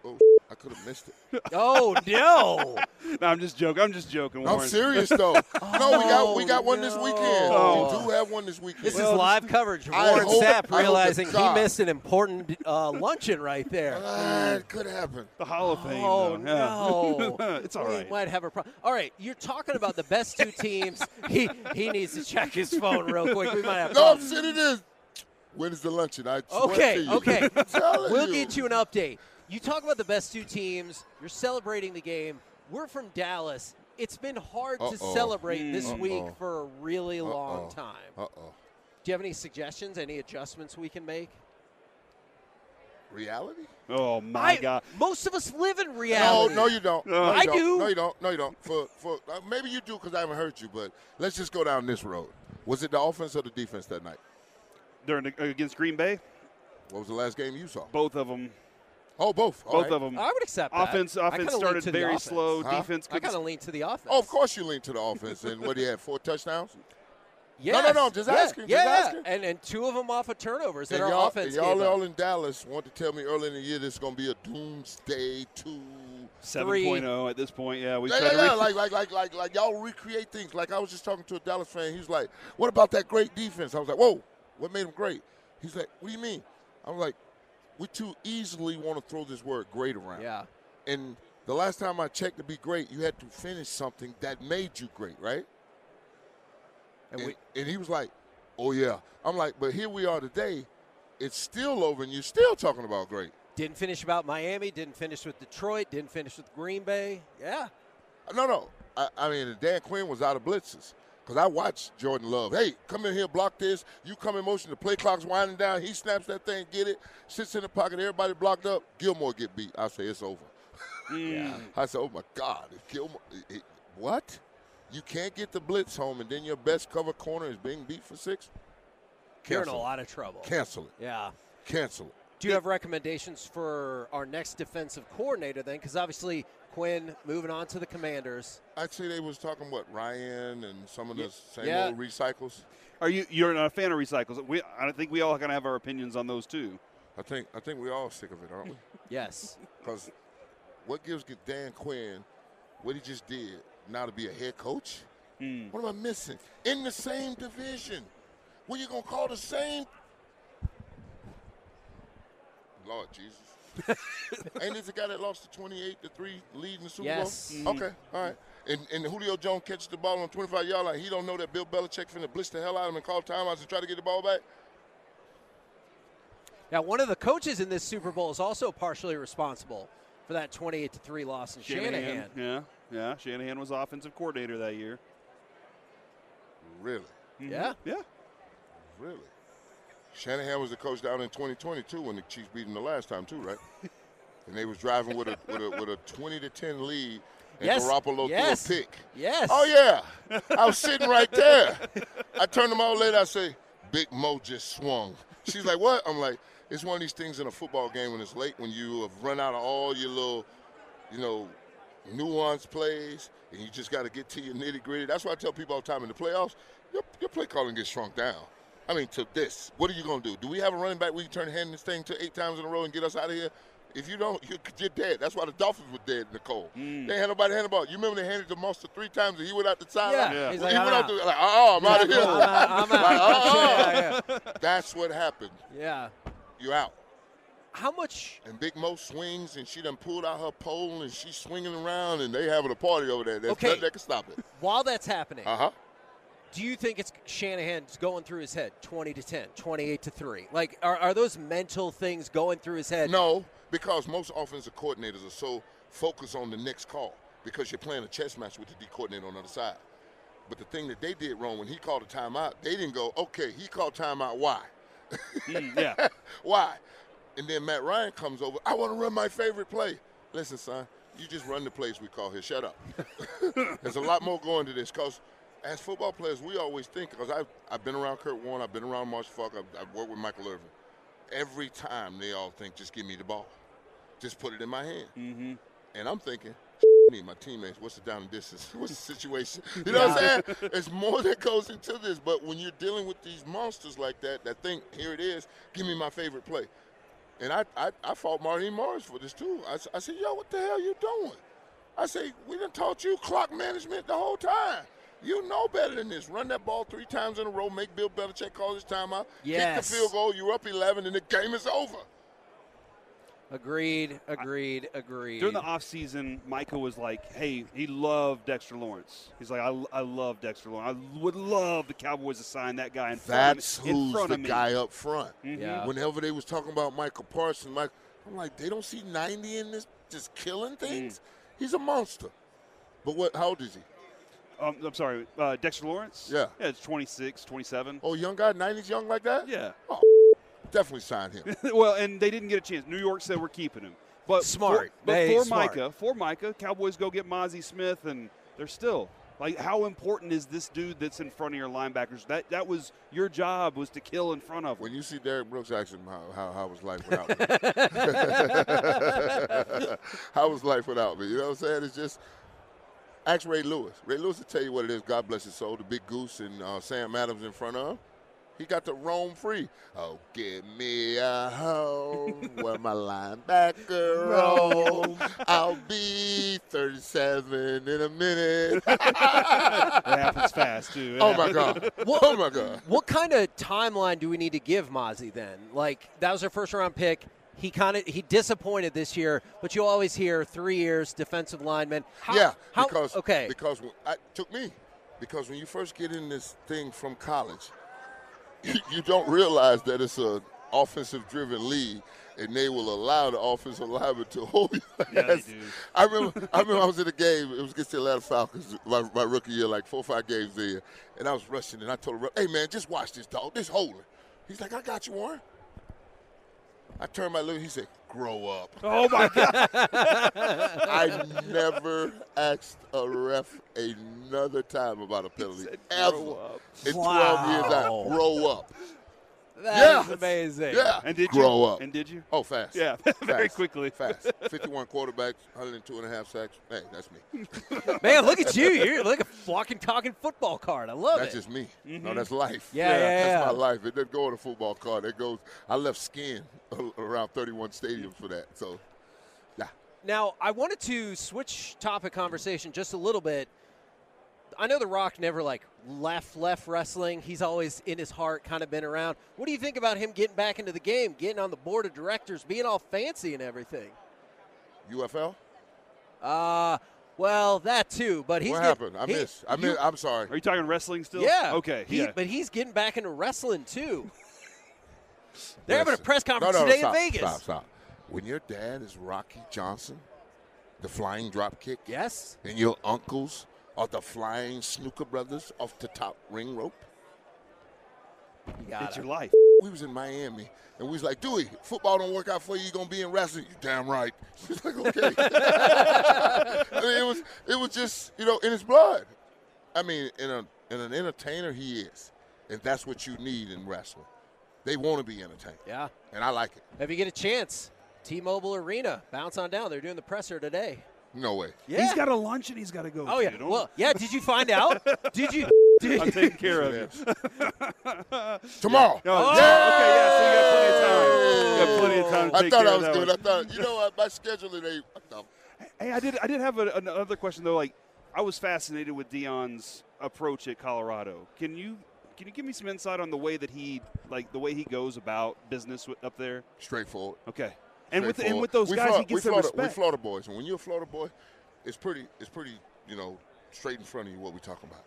Speaker 6: Oh, I could have missed it.
Speaker 1: Oh no!
Speaker 3: no, I'm just joking. I'm just joking.
Speaker 6: I'm
Speaker 3: Warren.
Speaker 6: serious though. no, we got we got one this weekend.
Speaker 1: no.
Speaker 6: We do have one this weekend.
Speaker 1: Oh, This
Speaker 6: Well,
Speaker 1: is live coverage.
Speaker 6: I
Speaker 1: Warren
Speaker 6: hope- I hope
Speaker 1: Sapp
Speaker 6: to
Speaker 1: realizing he
Speaker 6: God.
Speaker 1: missed an important uh, luncheon right there.
Speaker 6: Ah, it could happen.
Speaker 3: The Hall of Fame.
Speaker 1: Oh
Speaker 3: though.
Speaker 1: no!
Speaker 3: Yeah. it's all
Speaker 1: we
Speaker 3: right.
Speaker 1: might have a problem. All right, you're talking about the best two teams. he he needs to check his phone real quick. We might have.
Speaker 6: No, I'm
Speaker 1: problems.
Speaker 6: saying it is. When is the luncheon? I swear to
Speaker 1: Okay,
Speaker 6: you.
Speaker 1: okay.
Speaker 6: I'm telling
Speaker 1: we'll get you an update. You talk about the best two teams. You're celebrating the game. We're from Dallas. It's been hard to
Speaker 6: Uh-oh. Mm-hmm.
Speaker 1: celebrate this week
Speaker 6: Uh-oh.
Speaker 1: for a really long time.
Speaker 6: Uh oh.
Speaker 1: Do you have any suggestions? Any adjustments we can make?
Speaker 6: Reality?
Speaker 3: Oh my
Speaker 1: I-
Speaker 3: God.
Speaker 1: Most of us live in
Speaker 6: No,
Speaker 1: reality.
Speaker 6: Oh, no, you don't. No, you
Speaker 1: I
Speaker 6: don't.
Speaker 1: do.
Speaker 6: No, you don't. No, you don't. For for uh, maybe you do because I haven't heard you. But let's just go down this road. Was it the offense or the defense that night?
Speaker 3: During the, against Green Bay,
Speaker 6: What was the last game you saw?
Speaker 3: both of them.
Speaker 6: Oh, both. All
Speaker 3: Both
Speaker 6: right.
Speaker 3: of them.
Speaker 1: I would accept that.
Speaker 3: Offense.
Speaker 1: I
Speaker 3: Offense
Speaker 1: kinda lean
Speaker 3: started
Speaker 1: to the
Speaker 3: very
Speaker 1: offense.
Speaker 3: slow.
Speaker 6: Huh?
Speaker 3: Defense.
Speaker 1: I
Speaker 3: Couldn't
Speaker 1: kind of lean to the offense.
Speaker 6: Oh, of course you lean to the offense. And what do you have? Four touchdowns.
Speaker 1: Yes.
Speaker 6: no, no, just
Speaker 1: yeah.
Speaker 6: asking, just
Speaker 1: Yeah,
Speaker 6: asking.
Speaker 1: And and two of them off of turnovers that
Speaker 6: And
Speaker 1: our
Speaker 6: y'all,
Speaker 1: offense
Speaker 6: and y'all
Speaker 1: gave up.
Speaker 6: all in Dallas want to tell me early in the year this is going to be a doomsday two.
Speaker 1: three.
Speaker 3: 7.0 at this point. Yeah, we
Speaker 6: Yeah,
Speaker 3: tried
Speaker 6: yeah,
Speaker 3: to
Speaker 6: yeah.
Speaker 3: re-
Speaker 6: Like, like, like, like, like, y'all recreate things. Like, I was just talking to a Dallas fan. He was like, "What about that great defense?" I was like, "Whoa, what made him great?" He's like, "What do you mean?" I was like, "We too easily want to throw this word great around."
Speaker 1: yeah.
Speaker 6: And the last time I checked to be great, you had to finish something that made you great, right?
Speaker 1: And
Speaker 6: And,
Speaker 1: we,
Speaker 6: and he was like, "Oh yeah." I'm like, "But here we are today. It's still over, and you're still talking about great."
Speaker 1: Didn't finish about Miami. Didn't finish with Detroit. Didn't finish with Green Bay. Yeah.
Speaker 6: No, no. I, I mean, Dan Quinn was out of blitzes because I watched Jordan Love. Hey, come in here, block this. You come in motion, the play clock's winding down. He snaps that thing, get it, sits in the pocket. Everybody blocked up. Gilmore get beat. I say it's over. I said, oh my God, if Gilmore, it, it- what? You can't get the blitz home, and then your best cover corner is being beat for six.
Speaker 1: You're in a
Speaker 6: Cancel it.
Speaker 1: lot of trouble.
Speaker 6: Cancel it.
Speaker 1: Yeah.
Speaker 6: Cancel it.
Speaker 1: Do you have recommendations for our next defensive coordinator then? Because obviously Quinn moving on to the Commanders.
Speaker 6: I'd say they was talking what Ryan and some of the same
Speaker 1: yeah.
Speaker 6: old recycles.
Speaker 3: Are you? You're not a fan of recycles. We. I think we all kind of have our opinions on those too.
Speaker 6: I think I think we all sick of it, aren't we?
Speaker 1: Yes.
Speaker 6: Because what gives Dan Quinn what he just did now to be a head coach? What am I missing? In the same division. What you going to call the same? Lord Jesus. Ain't this the guy that lost to 28 to 3 lead in the Super
Speaker 1: Yes.
Speaker 6: Bowl? Mm-hmm. Okay, all right. And, and Julio Jones catches the ball on 25 yard line. He don't know that Bill Belichick finna blitz the hell out of him and call timeouts and try to get the ball back.
Speaker 1: Now one of the coaches in this Super Bowl is also partially responsible for that 28 to three loss in Shanahan.
Speaker 3: Yeah, yeah. Shanahan was offensive coordinator that year. Mm-hmm.
Speaker 6: Really?
Speaker 1: Yeah.
Speaker 3: Yeah.
Speaker 6: Really? Shanahan was the coach down in 2020 too when the Chiefs beat him the last time too, right? and they was driving with a with a with a 20 to 10 lead, and
Speaker 1: Yes,
Speaker 6: Garoppolo
Speaker 1: yes,
Speaker 6: threw a pick.
Speaker 1: yes.
Speaker 6: Oh yeah, I was sitting right there. I turned them out later. I say, Big Mo just swung. She's like, what? I'm like, it's one of these things in a football game when it's late when you have run out of all your little, you know, nuance plays, and you just got to get to your nitty gritty. That's why I tell people all the time in the playoffs, your, your play calling gets shrunk down. I mean, to this, what are you going to do? Do we have a running back we can turn hand this thing to eight times in a row and get us out of here? If you don't, you're, you're dead. That's why the Dolphins were dead in the cold.
Speaker 9: Mm.
Speaker 6: They ain't had nobody hand the ball. You remember they handed to Monster three times and he went out the sideline?
Speaker 9: Yeah. Yeah.
Speaker 6: He
Speaker 9: He's like,
Speaker 6: went
Speaker 9: "I'm
Speaker 1: "Ah,
Speaker 6: out
Speaker 9: out."
Speaker 6: the, like, oh, I'm
Speaker 9: Yeah,
Speaker 6: out of here.
Speaker 9: I'm out, I'm out.
Speaker 6: Like, "Uh-uh."
Speaker 9: Yeah,
Speaker 6: That's what happened.
Speaker 1: Yeah.
Speaker 6: You're out.
Speaker 1: How much?
Speaker 6: And Big Mo swings, and she done pulled out her pole, and she's swinging around, and they having a party over there. There's
Speaker 1: Okay.
Speaker 6: nothing that can stop it.
Speaker 1: While that's happening,
Speaker 6: Uh huh.
Speaker 1: do you think it's Shanahan's going through his head 20 to 10, 28 to 3? Like, are, are those mental things going through his head?
Speaker 6: No, because most offensive coordinators are so focused on the next call because you're playing a chess match with the D coordinator on the other side. But the thing that they did wrong when he called a timeout, they didn't go, okay, he called timeout. Why?
Speaker 3: yeah.
Speaker 6: Why? And then Matt Ryan comes over. I want to run my favorite play. Listen, son, you just run the plays we call here. Shut up. There's a lot more going to this because as football players, we always think, because I've, I've been around Kurt Warren, I've been around Marshall Falk, I've, I've worked with Michael Irvin. Every time they all think, just give me the ball. Just put it in my hand. Mm-hmm. And I'm thinking, me, my teammates, what's the down and distance? What's the situation? You know what I'm saying? It's more that goes into this. But when you're dealing with these monsters like that, that think, here it is, give me my favorite play. And I, I, I fought Marty Morris for this too. I, s- I said, yo, what the hell you doing? I say, we done taught you clock management the whole time. You know better than this. Run that ball three times in a row, make Bill Belichick call his timeout, kick
Speaker 1: Yes.
Speaker 6: the field goal, you're up 11, and the game is over.
Speaker 1: Agreed, agreed, agreed.
Speaker 3: During the offseason, Micah was like, hey, he loved Dexter Lawrence. He's like, I, I love Dexter Lawrence. I would love the Cowboys to sign that guy in front
Speaker 6: That's
Speaker 3: of me. in
Speaker 6: who's
Speaker 3: front
Speaker 6: the
Speaker 3: of me.
Speaker 6: guy up front.
Speaker 3: Mhm. Yeah.
Speaker 6: Whenever they was talking about Michael Parsons, Mike, I'm like, they don't see 90 in this just
Speaker 3: Mm.
Speaker 6: killing things. He's a monster. But what? How old is he?
Speaker 3: Um, I'm sorry, uh, Dexter Lawrence?
Speaker 6: Yeah.
Speaker 3: Yeah, it's 26, 27.
Speaker 6: Oh, young guy, 90s young like that?
Speaker 3: Yeah.
Speaker 6: Oh, definitely sign him.
Speaker 3: well, and they didn't get a chance. New York said we're keeping him. But
Speaker 1: Smart.
Speaker 3: For, but
Speaker 1: Hey,
Speaker 3: for
Speaker 1: smart.
Speaker 3: Micah, for Micah, Cowboys go get Mozzie Smith, and they're still like, how important is this dude that's in front of your linebackers? That that was your job was to kill in front of him.
Speaker 6: When you see Derrick Brooks, ask him how, how, how was life without me. how was life without me? You know what I'm saying? It's just, ask Ray Lewis. Ray Lewis will tell you what it is. God bless his soul. The big goose and uh, Sam Adams in front of him. He got to roam free. Oh, give me a home where my linebacker roam. I'll be 37 in a minute.
Speaker 3: It happens fast too. It
Speaker 6: oh my
Speaker 3: happens.
Speaker 6: God. Oh my God.
Speaker 1: What kind of timeline do we need to give Mozzie then? Like that was our first round pick. He kind of he disappointed this year, but you always hear three years defensive lineman. How,
Speaker 6: yeah,
Speaker 1: how,
Speaker 6: because
Speaker 1: okay,
Speaker 6: because when, I took me because when you first get in this thing from college, you, you don't realize that it's a offensive driven league, and they will allow the offensive lineman to hold you.
Speaker 3: Yeah, they do.
Speaker 6: I remember, I remember, I was in a game. It was against the Atlanta Falcons my, my rookie year, like four or five games there, and I was rushing, and I told him, "Hey man, just watch this dog. This holding." He's like, "I got you, Warren." I turned my look. He said, "Grow up."
Speaker 3: Oh my God.
Speaker 6: I never asked a ref another time about a penalty ever in 12 years. I
Speaker 1: Wow.
Speaker 6: grow up.
Speaker 1: that
Speaker 6: yeah.
Speaker 1: is amazing.
Speaker 6: Yeah,
Speaker 3: And did
Speaker 6: grow
Speaker 3: you?
Speaker 6: up.
Speaker 3: And did you?
Speaker 6: Oh, fast.
Speaker 3: Yeah, very
Speaker 6: Fast.
Speaker 3: quickly.
Speaker 6: Fast. 51 quarterbacks, 102 and a half sacks. Hey, that's me.
Speaker 1: Man, look at you! You're like a walking, talking football card. I love
Speaker 6: That's
Speaker 1: it.
Speaker 6: just me. No,
Speaker 1: Mm-hmm.
Speaker 6: that's life.
Speaker 1: Yeah, Yeah. yeah,
Speaker 6: that's
Speaker 1: yeah.
Speaker 6: my life. It doesn't go in a football card. It goes. I left skin around 31 stadiums for that. So, yeah.
Speaker 1: Now, I wanted to switch topic conversation just a little bit. I know The Rock never like left left wrestling. He's always in his heart, kind of been around. What do you think about him getting back into the game, getting on the board of directors, being all fancy and everything?
Speaker 6: UFL.
Speaker 1: Uh well, that too. But he's
Speaker 6: what
Speaker 1: get-
Speaker 6: happened? I
Speaker 1: he-
Speaker 6: missed. I
Speaker 1: you-
Speaker 6: miss, I'm sorry.
Speaker 3: Are you talking wrestling still?
Speaker 1: Yeah.
Speaker 3: Okay.
Speaker 1: He-
Speaker 3: yeah.
Speaker 1: But he's getting back into wrestling too. They're having a
Speaker 6: Listen.
Speaker 1: press
Speaker 6: No,
Speaker 1: conference
Speaker 6: no,
Speaker 1: today
Speaker 6: stop,
Speaker 1: in Vegas.
Speaker 6: Stop, stop. When your dad is Rocky Johnson, the flying drop kick,
Speaker 1: Yes.
Speaker 6: and your uncles are the flying snooker brothers off the top ring rope.
Speaker 1: You got
Speaker 3: it's your life.
Speaker 6: We was in Miami and we was like, Dewey, football don't work out for you, you gonna be in wrestling. You damn right. She's like, okay. I mean it was it was just, you know, in his blood. I mean, in a in an entertainer he is. And that's what you need in wrestling. They want to be entertained.
Speaker 1: Yeah.
Speaker 6: And I like it.
Speaker 1: If you get a chance, T-Mobile Arena, bounce on down. They're doing the presser today.
Speaker 6: No way.
Speaker 1: Yeah.
Speaker 3: He's got a lunch and he's got to go.
Speaker 1: Oh
Speaker 3: to.
Speaker 1: yeah.
Speaker 3: Don't-
Speaker 1: Well, yeah. Did you find out? did you? Did
Speaker 3: I'm taking care of you.
Speaker 6: Tomorrow.
Speaker 3: No, oh, okay, yeah, so you got plenty of time. You got plenty of time to
Speaker 6: Oh! I
Speaker 3: take
Speaker 6: thought
Speaker 3: care
Speaker 6: I
Speaker 3: of
Speaker 6: was
Speaker 3: that
Speaker 6: good.
Speaker 3: one.
Speaker 6: I thought, you know what? My schedule today. What the
Speaker 3: Hey, I did. I did have a, another question though. Like, I was fascinated with Dion's approach at Colorado. Can you can you give me some insight on the way that he like the way he goes about business wi- up there?
Speaker 6: Straightforward.
Speaker 3: Okay. And with and
Speaker 6: straightforward.
Speaker 3: with those
Speaker 6: We
Speaker 3: guys,
Speaker 6: Florida,
Speaker 3: he
Speaker 6: we
Speaker 3: gets their
Speaker 6: Florida,
Speaker 3: respect.
Speaker 6: We Florida boys, and when you're a Florida boy, it's pretty, it's pretty, you know, straight in front of you what we're talking about.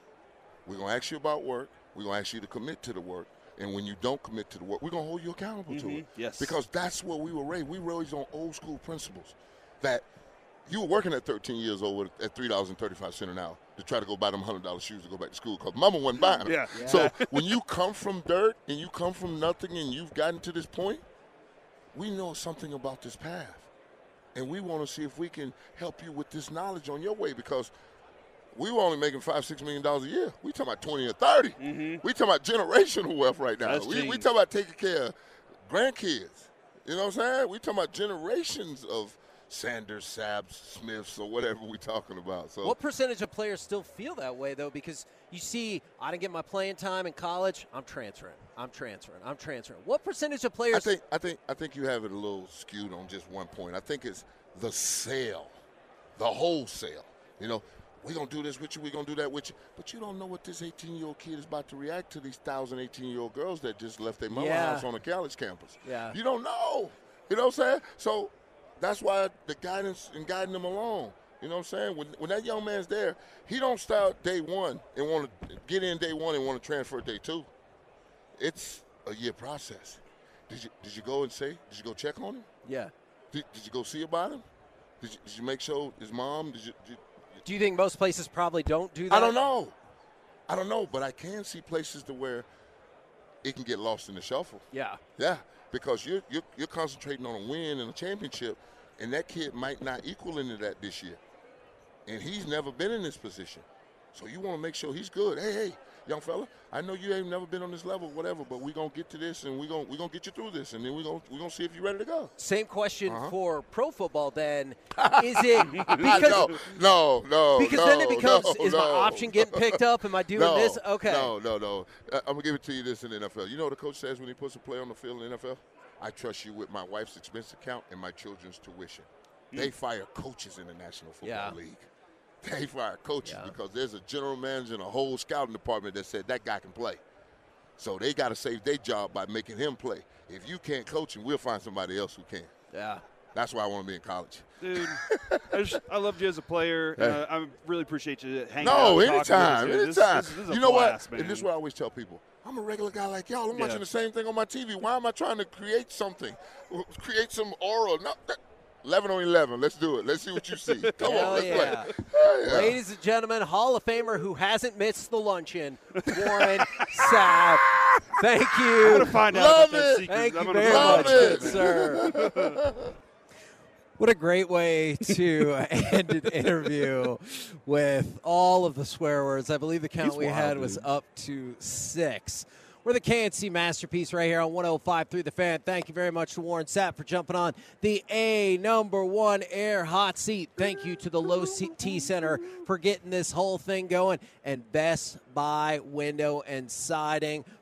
Speaker 6: We're gonna ask you about work. We're gonna ask you to commit to the work, and when you don't commit to the work, we're gonna hold you accountable to
Speaker 3: Mhm,
Speaker 6: it.
Speaker 3: yes.
Speaker 6: because that's what we were raised. We were raised on old school principles. That you were working at 13 years old with- at three dollars and thirty-five cent an hour to try to go buy them hundred dollar shoes to go back to school because mama wasn't buying them.
Speaker 3: Yeah.
Speaker 6: So when you come from dirt and you come from nothing and you've gotten to this point, we know something about this path. And we want to see if we can help you with this knowledge on your way because we were only making five, six million dollars a year. We talking about twenty or 30 We talking about generational wealth right now.
Speaker 3: That's
Speaker 6: we, we
Speaker 3: genes.
Speaker 6: talking about taking care of grandkids. You know what I'm saying? We talking about generations of Sanders, Sabs, Smiths, or whatever we talking about. So
Speaker 1: What percentage of players still feel that way though? Because you see, I didn't get my playing time in college. I'm transferring. I'm transferring. I'm transferring. What percentage of players?
Speaker 6: I think I think I think you have it a little skewed on just one point. I think it's the sale, the wholesale. You know, we're gonna do this with you, we're gonna do that with you. But you don't know what this eighteen year old kid is about to react to these thousand eighteen year old girls that just left their mama
Speaker 1: Yeah.
Speaker 6: house on a college campus.
Speaker 1: Yeah.
Speaker 6: You don't know. You know what I'm saying? So that's why the guidance and guiding them along. You know what I'm saying? When, when that young man's there, he don't start day one and want to get in day one and want to transfer day two it's a year process. Did you did you go and say? Did you go check on him?
Speaker 1: yeah.
Speaker 6: Did, did you go see about him? Did you, did you make sure his mom? Did you? Did,
Speaker 1: Do you think most places probably don't do that?
Speaker 6: I don't know. I don't know, but I can see places to where it can get lost in the shuffle.
Speaker 1: Yeah.
Speaker 6: Yeah, because you're you're, you're concentrating on a win and a championship, and that kid might not equal into that this year, and he's never been in this position, so you want to make sure he's good. Hey, hey, young fella, I know you ain't never been on this level, whatever, but we gonna get to this, and we gonna we gonna get you through this, and then we gonna we gonna see if you're ready to go.
Speaker 1: Same question
Speaker 6: Uh-huh.
Speaker 1: for pro football. Then is it
Speaker 6: no,
Speaker 1: because
Speaker 6: no, no,
Speaker 1: because
Speaker 6: no,
Speaker 1: then it becomes
Speaker 6: no,
Speaker 1: is my
Speaker 6: no.
Speaker 1: option getting picked up? Am I doing
Speaker 6: no,
Speaker 1: this? Okay.
Speaker 6: No, no, no. I- I'm gonna give it to you this in the NFL. You know what the coach says when he puts a player on the field in the NFL? I trust you with my wife's expense account and my children's tuition.
Speaker 1: Mm.
Speaker 6: They fire coaches in the National Football
Speaker 1: Yeah.
Speaker 6: League. They fire coaches because there's a general manager and a whole scouting department that said that guy can play. So they got to save their job by making him play. If you can't coach him, we'll find somebody else who can.
Speaker 1: Yeah.
Speaker 6: That's why I want to be in college.
Speaker 3: Dude, I, just, I loved you as a player.
Speaker 6: Hey.
Speaker 3: Uh, I really appreciate you hanging out.
Speaker 6: No,
Speaker 3: and talking with us,
Speaker 6: anytime,
Speaker 3: dude. This-
Speaker 6: anytime.
Speaker 3: this- this is a
Speaker 6: you know
Speaker 3: blast,
Speaker 6: what?
Speaker 3: man.
Speaker 6: And this is what I always tell people. I'm a regular guy like y'all. I'm
Speaker 3: Yeah.
Speaker 6: watching the same thing on my TV. Why am I trying to create something? Create some aura. No, that- 11 on 11. Let's do it. Let's see what you see. Come
Speaker 1: Hell
Speaker 6: on, let's
Speaker 1: yeah.
Speaker 6: play. Hell yeah.
Speaker 1: Ladies and gentlemen, Hall of Famer who hasn't missed the luncheon, Warren Sapp. Thank
Speaker 3: I'm gonna
Speaker 1: you.
Speaker 3: find out
Speaker 6: Love
Speaker 3: about that
Speaker 6: it.
Speaker 3: secret.
Speaker 1: Thank
Speaker 3: I'm
Speaker 1: you
Speaker 3: gonna
Speaker 1: very
Speaker 3: find
Speaker 1: much,
Speaker 3: out
Speaker 6: Love
Speaker 3: about
Speaker 1: good
Speaker 6: it.
Speaker 1: sir. What a great way to end an interview with all of the swear words. I believe the count
Speaker 3: He's
Speaker 1: we
Speaker 3: wild,
Speaker 1: had was
Speaker 3: dude.
Speaker 1: up to six. We're the KNC masterpiece right here on 105 through the fan. Thank you very much to Warren Sapp for jumping on the A number one air hot seat. Thank you to the Low seat T Center for getting this whole thing going, and Best Buy Window and Siding